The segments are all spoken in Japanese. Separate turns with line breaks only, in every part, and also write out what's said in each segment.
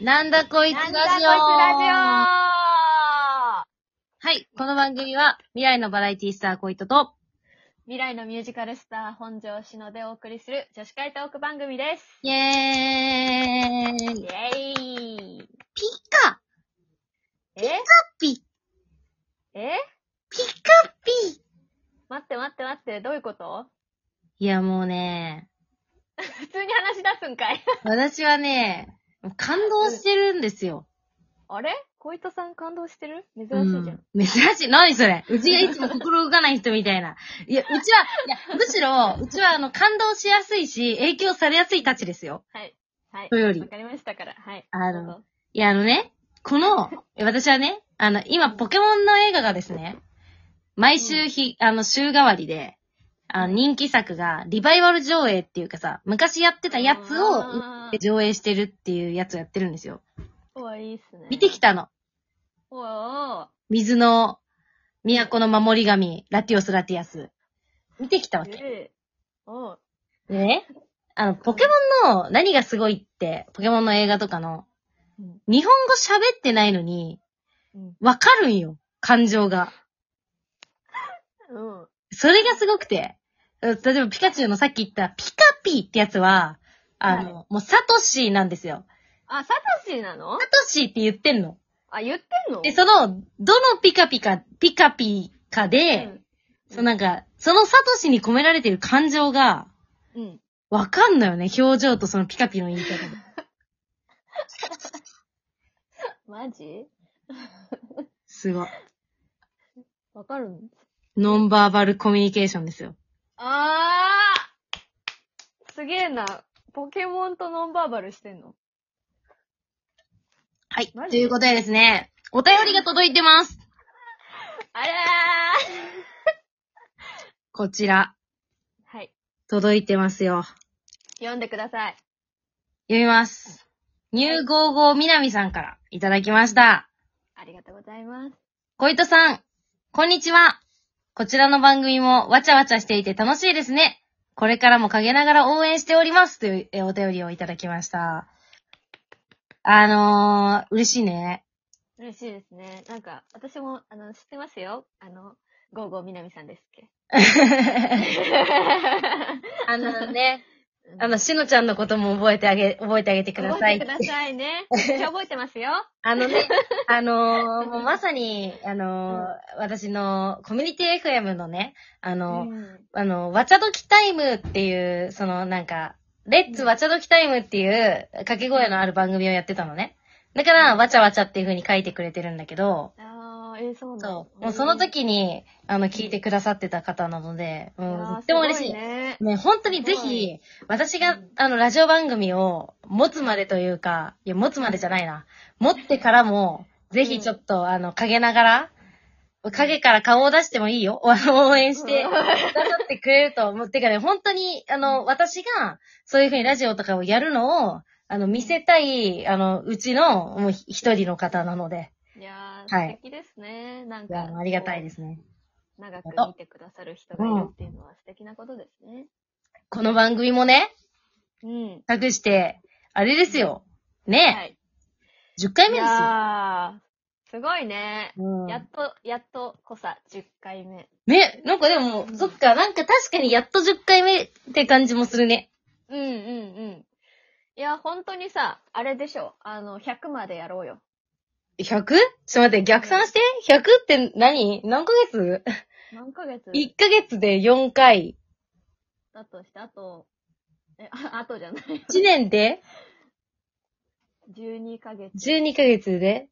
なんだこいつラ
なん
ジオ
だこいつラ
はい、この番組は未来のバラエティスターコイトと、
ジオ未来のミュージカルスター本庄しのでお送りする女子会トーク番組です。
イェーイ
イェーイ
ピカ
え
ピ
え
ピカピ
待って待って待って、どういうこと
いやもうね、
普通に話し出すんかい
私はね、感動してるんですよ。
あれ小糸さん感動してる珍しいじゃん。
うん。珍しい。何それうちがいつも心動かない人みたいな。いや、うちは、いや、むしろ、うちはあの、感動しやすいし、影響されやすいたちですよ。
はい。はい
と。より
わ。かりましたから。はい。
あの
どうぞ
いや、あのね、この、私はね、あの、今、ポケモンの映画がですね、毎週日、あの、週替わりで、あの、人気作が、リバイバル上映っていうかさ、昔やってたやつを、
あー
上映してるっていうやつをやってるんですよ。
おーいいっすね。
見てきたの。
おー
水の、都の守り神、ラティオス・ラティアス。見てきた
お
わ
ー
け。
えーおー
でね、あの、ポケモンの何がすごいって、ポケモンの映画とかの、
うん
日本語喋ってないのに、
うん
わかるんよ、感情が。
うん。
それがすごくて。うん例えばピカチュウのさっき言ったピカピーってやつは、あの、もうサトシーなんですよ。
あ、サトシなの
サトシーって言ってんの。
あ、言ってんの
で、その、どのピカピカ、ピカピカで、そのなんか、そのサトシに込められてる感情が、
うん。うん。
わかんのよね。表情とそのピカピの言い方で。
マジ
すごい。
わかるの
ノンバーバルコミュニケーションですよ。
あーすげえな。ポケモンとノンバーバルしてんの
はい
マ。ジ
ということでですね、お便りが届いてます。
あら
こちら、
ーはい。
届いてますよ。
読んでください。
読みます。ニューゴーゴーみなみさんからいただきました。
ありがとうございます。
小糸さん、こんにちは。こちらの番組もわちゃわちゃしていて楽しいですね。これからも陰ながら応援しております。というえお便りをいただきました。あのー、嬉しい ね。
嬉しいですね。なんか、私も、あの、知ってますよ。あの、ゴーゴーみなみさんですっけ。
あのね、あ
うん、
の、しのちゃんのことも覚えてあげ、覚えてあげてくだ
覚
さ
え
い
てく。ださ いね。めっちゃ覚えてますよ。
あのね、あのー、もうまさに、あのー私のコミュニティ FM のね、あ
う
のー
ん。
あの、わちゃどきタイムっていう、そのなんか、レッツわちゃどきタイムっていう掛け声のある番組をやってたのね。だから、わちゃわちゃっていう風に書いてくれてるんだけど、
あー、えー、そうなの
そう。もうその、時に、あの、聞いてくださってた方なので、う
うん
ん、
やー
とっても嬉し
す
い。
ごね。
ね、本当にぜ
すご
ひ
い、
私
う
が
ん、
あの、ラジオ番組を持つまでというか、いや、持つまでじゃないな。持ってからも、ぜひちょっと、あの、陰ながら、影から顔を出してもいいよ。 あの応援して、
う
く
ん
ださってくれると思う。てかね、本当に、あの、私が、そういうふうにラジオとかをやるのを、あの、見せたい、あの、うちの、もうひ一人の方なので、
いやー、
はい
素敵ですね。なん
い
か。
や、ありがたいですすね。
長く見てくださる人がいるっていうのは素敵なことですね。
この番組もね、
うん。
託して、あれですよ。
は
ね、
い。
10回
い
目ですよ。
やー、すごいね。
うん
やっと、やっと、こさ、10回目。
ね、なんかでも、
うん
そっか、なんか確かにやっと10回目って感じもするね。
うんうんうん。いや、本当にさ、あれでしょ。あの、100までやろうよ。
100? ちょっと待って、逆算して ?100 って何何ヶ月
何ヶ月
?1 ヶ月で4回。
だとして、あと、え、ああとじゃない。
1年で
12ヶ月。
?12 ヶ月で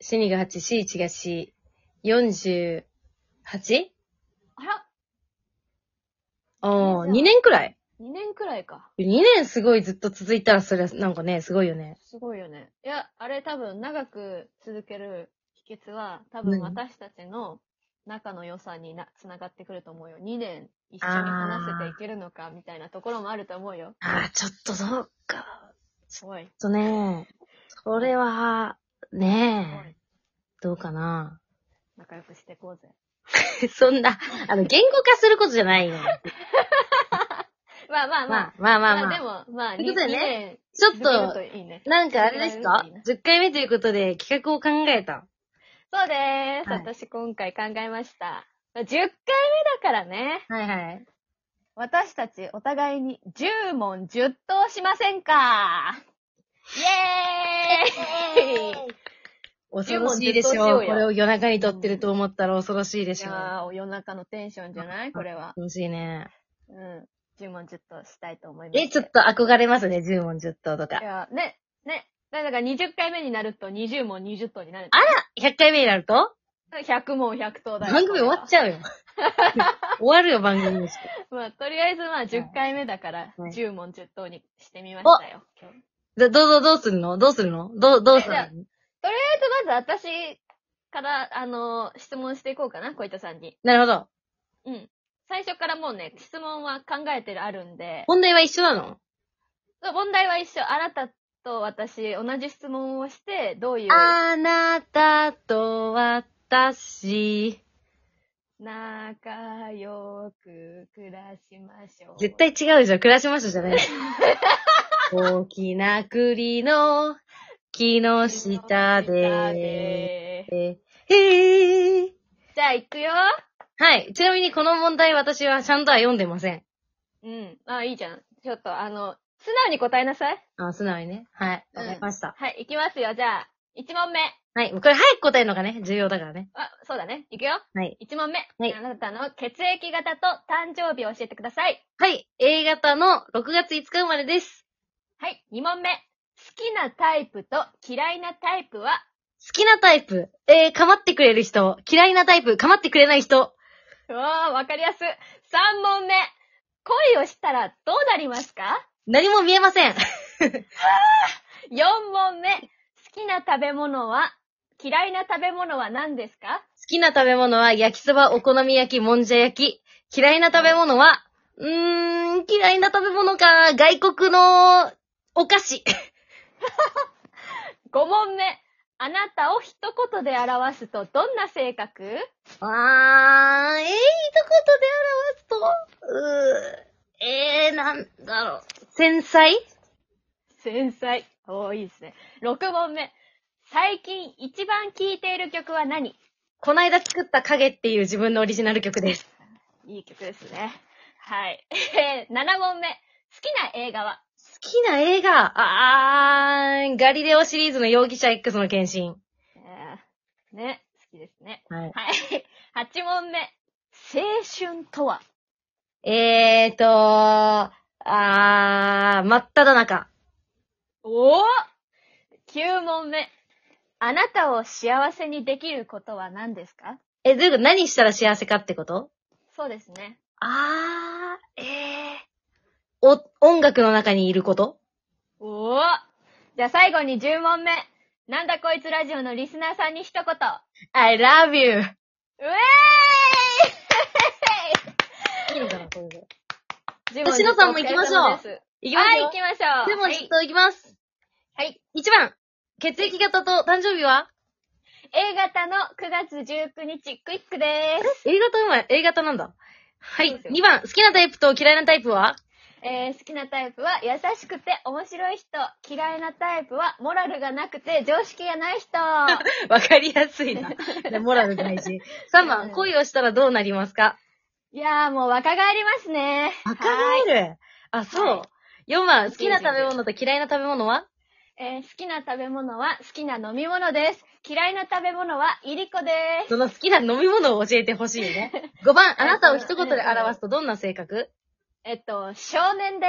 ?4 が8、4、1が4、48?
あら
ああ、2年くらい
?2 年くらいか。
?2 年すごいずっと続いたら、それはなんかね、すごいよね。
すごいよね。いや、あれ多分長く続ける秘訣は、多分
何
私たちの仲の良さにな、つながってくると思うよ。2年一緒に話せていけるのかみたいなところもあると思うよ。
ああ、ちょっとそうか。
おい。
ちょっとね、それは、
お
ねえ
い、
どうかな。
仲良くしていこうぜ。
そんな、あの、言語化することじゃないよ。
まあまあま
ま
あ
あ。まあまあまあ。
まあでも、まあ、
ということで
ね、
ちょ
2
っ
年続
と
け、るといいね。
なんかあれですか
いいな
?10 回目ということで企画を考えた。
そうです。
はい
私今回考えました。まあ10回目だからね、
はいはい。
私たちお互いに10問10答しませんかイ エーイ
恐ろしいでしょう。これを夜中に撮ってると思ったら恐ろしいで
い
しょう。
やー、夜中のテンションじゃないこれは。
恐ろしいね。
うん。10問10答したいと思います。
え、ちょっと憧れますね。10問10答と
い
か。
や、ね、ね。だから20回目になると20問20答になる。
100回目になると
100問100答だよ。
番組終わっちゃ うよ。終わるよ、番組にして。
まあ、とりあえずまあ10回目だから、
はい
10問10答にしてみましたよ。今日
じゃ、どうぞ、どうするのどうするのどう、どうするの
えじゃまず私から、あの質問していこうかな、小糸さんに。
なるほど。
うん。最初からもうね、質問は考えてるあるんで、
本題は一緒なの
問題は一緒。あなたと私、同じ質問をして、どういう、
あなたと私。
仲良く暮らしましょう。
絶対違うじゃん。暮らしましょうじゃ ない。大きな栗の木の下で。へー
じゃあ、行くよ。
はい。ちなみにこの問題私はちゃんとは読んでません。
うん。あ、いいじゃん。ちょっと、あの、素直に答えなさい。
あ、素直にね。はい。わかりました。
はい、行きますよ。じゃあ、1問目。
はい。これ早く答えるのがね、重要だからね。
あ、そうだね。行くよ。
はい。
1問目。
い
あなたの血液型と誕生日を教えてください。
はい。A 型の6月5日生まれです。
はい。2問目。好きなタイプと嫌いなタイプは
好きなタイプ。えー、かまってくれる人。嫌いなタイプ。かまってくれない人。
うわー、わかりやす。3問目。恋をしたらどうなりますか
何も見えません。
?4 問目。好きな食べ物は嫌いな食べ物は何ですか
好きな食べ物は焼きそば、お好み焼き、もんじゃ焼き。嫌いな食べ物は、うーん、嫌いな食べ物か、外国のお菓子。
?5 問目。あなたを一言で表すとどんな性格
あー、えー、一言で表すと、うー、えー、なんだろう。繊細
繊細。おー、いいですね。6問目。最近一番聴いている曲は何
こないだ作った影っていう自分のオリジナル曲です。
いい曲ですね。はい。 えー、7問目。好きな映画は
好きな映画、あー、ガリレオシリーズの容疑者 X の献身。
えーね、好きですね。
はい。
はい。8問目。青春とは
えーと、あー、真っ只中。
おお !9 問目。あなたを幸せにできることは何ですか
え、どういうこと何したら幸せかってこと
そうですね。
あー、えー。お、音楽の中にいること
おおじゃあ最後に10問目。なんだこいつラジオのリスナーさんに一言。
?I love you!
うえ
いいのかな、これで。
ーい
吉野さんも行きましょう
お疲れ様です
いきます
はい、
よ。
行きましょう。
でも、
はい
ちょっといきます。
はい。
1番、血液型と誕生日は
A 型の9月19日クイックです。
?A 型生まれ、A 型なんだ。は
そう
い
です。よ
2番、好きなタイプと嫌いなタイプは
えー、好きなタイプは優しくて面白い人。嫌いなタイプはモラルがなくて常識がない 人。
わかりやすい な。モラル大事。3番、恋をしたらどうなりますか
いやーもう若返りますね。はい。
える。あ、そう
は。
4番、好きな食べ物と嫌いな食べ物は
えー、好きな食べ物は好きな飲み物です。嫌いな食べ物はいりこです。
その好きな飲み物を教えてほしいね。5番、 あなたを一言で表すとどんな性格
えっと、少年で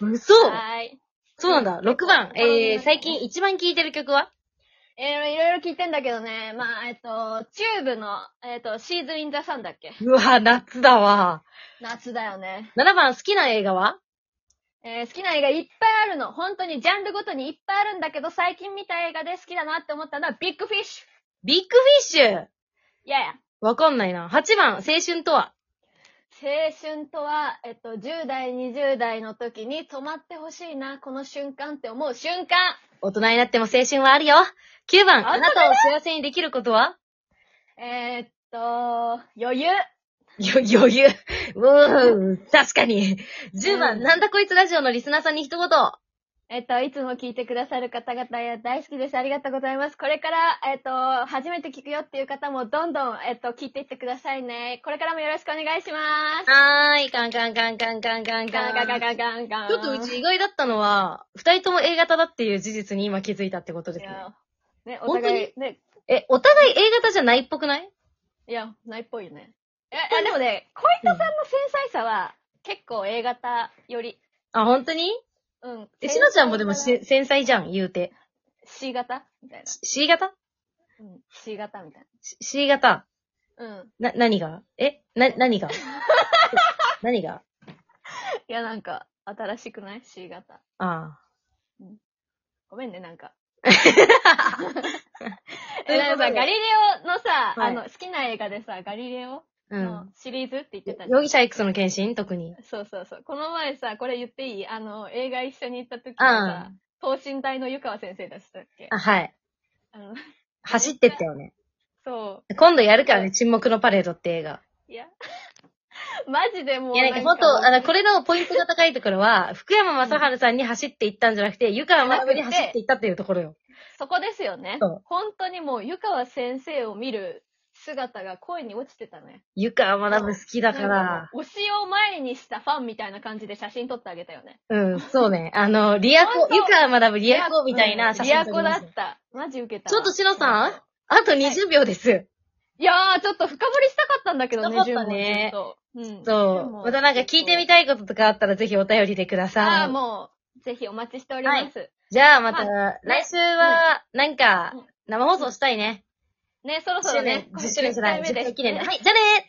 嘘
す。はい。
そうなんだ。6番、
好み
え
ま
ー、
すね
最近一番聴いてる曲は
えー、いろいろ聞いてんだけどね。まあ、えっと、チューブの、えっと、シーズンインザサンだっけ
うわ、夏だわ。
夏だよね。
7番、好きな映画は
えー好きな映画いっぱいあるの。本当にジャンルごとにいっぱいあるんだけど、最近見た映画で好きだなって思ったのは、ビッグフィッシュ。
ビッグフィッシュ
いやいや。
わかんないな。8番、青春とは
青春とは、えっと、10代、20代の時に止まってほしいな、この瞬間って思う瞬間。
大人になっても青春はあるよ。9番、
あ
あなたを幸せにできることは
えーっと、余裕。
よ、余裕。うーん、確かに。10番、
うん
なんだこいつラジオのリスナーさんに一言。
えっと、いつも聞いてくださる方々や大好きです。ありがとうございます。これから、えっと、初めて聞くよっていう方もどんどん、えっと、聞いていってくださいね。これからもよろしくお願いします。
はーい、カンカンカンカンカンカンカ
ガ
ンカ
ンガ
ン
ンガンガンガンガン。
ちょっとうち意外だったのは、二人とも A 型だっていう事実に今気づいたってことで
い
すね。
や、ね、お
本当に
互い、ね、
え、お互い A 型じゃないっぽくない
いや、ないっぽいよね。え、あでもね、小糸さんの繊細さは、結構 A 型より、
あ、本当に
うん。
え、しのちゃんもでも
繊
し繊細じゃん、言うて。
細だから C 型みたいな。
C 型
うん。C 型みたい
C- ?C 型。
な。 うん。
な、何がえな、何 が何が
いや、なんか、新しくない ?C 型。
あ
ごめんね、な んか。
ということで
え、なんかさ、ガリレオのさ、
はい
あの、好きな映画でさ、ガリレオ
あ。うん。
のシリーズって言ってたじゃん
容疑者 X の検診特に。
そうそうそう。この前さ、これ言っていいあの、映画一緒に行った時に
う
さ、等身大の湯川先生だしたっけ
あ、はい。
あの、
走ってったよね。
そ
今度やるからね、沈黙のパレードって映画。
う。いや。 マジでもう
いや、なんか本
もう
当、あの、これのポイントが高いところは、福山雅治さんに走っていったんじゃなくて、湯川学に走っていったっていうところよ。
そこですよね
そう。
本当にもう、湯川先生を見る姿が恋に落ちてたね。
湯川学好きだか
なん
ら
か。もう推しを前にしたファンみたいな感じで写真撮ってあげたよね。
うん、そうね。あの、リア
本
コ、
当
湯川学リアコみたいな写真
リア
撮
コ
りま
だ
す
った。マジ受けた
ちょ
わ。
っとしのさんあと20秒です。
いやー、ちょっと深掘りしたかったんだけどね、
したかったね
順もちょっと。
そ
で
う。
も
またなんか聞いてみたいこととかあったらぜひお便りでくだ
あ
さ
あ、
い。
もう、ぜひお待ちしております。
じゃあまた、
ね
来週は、なんか
うん、
生放送したいね。
ね、そろそろね、
10周年じゃない、
これ10
10回
回目です
記念で。はい、じゃあねー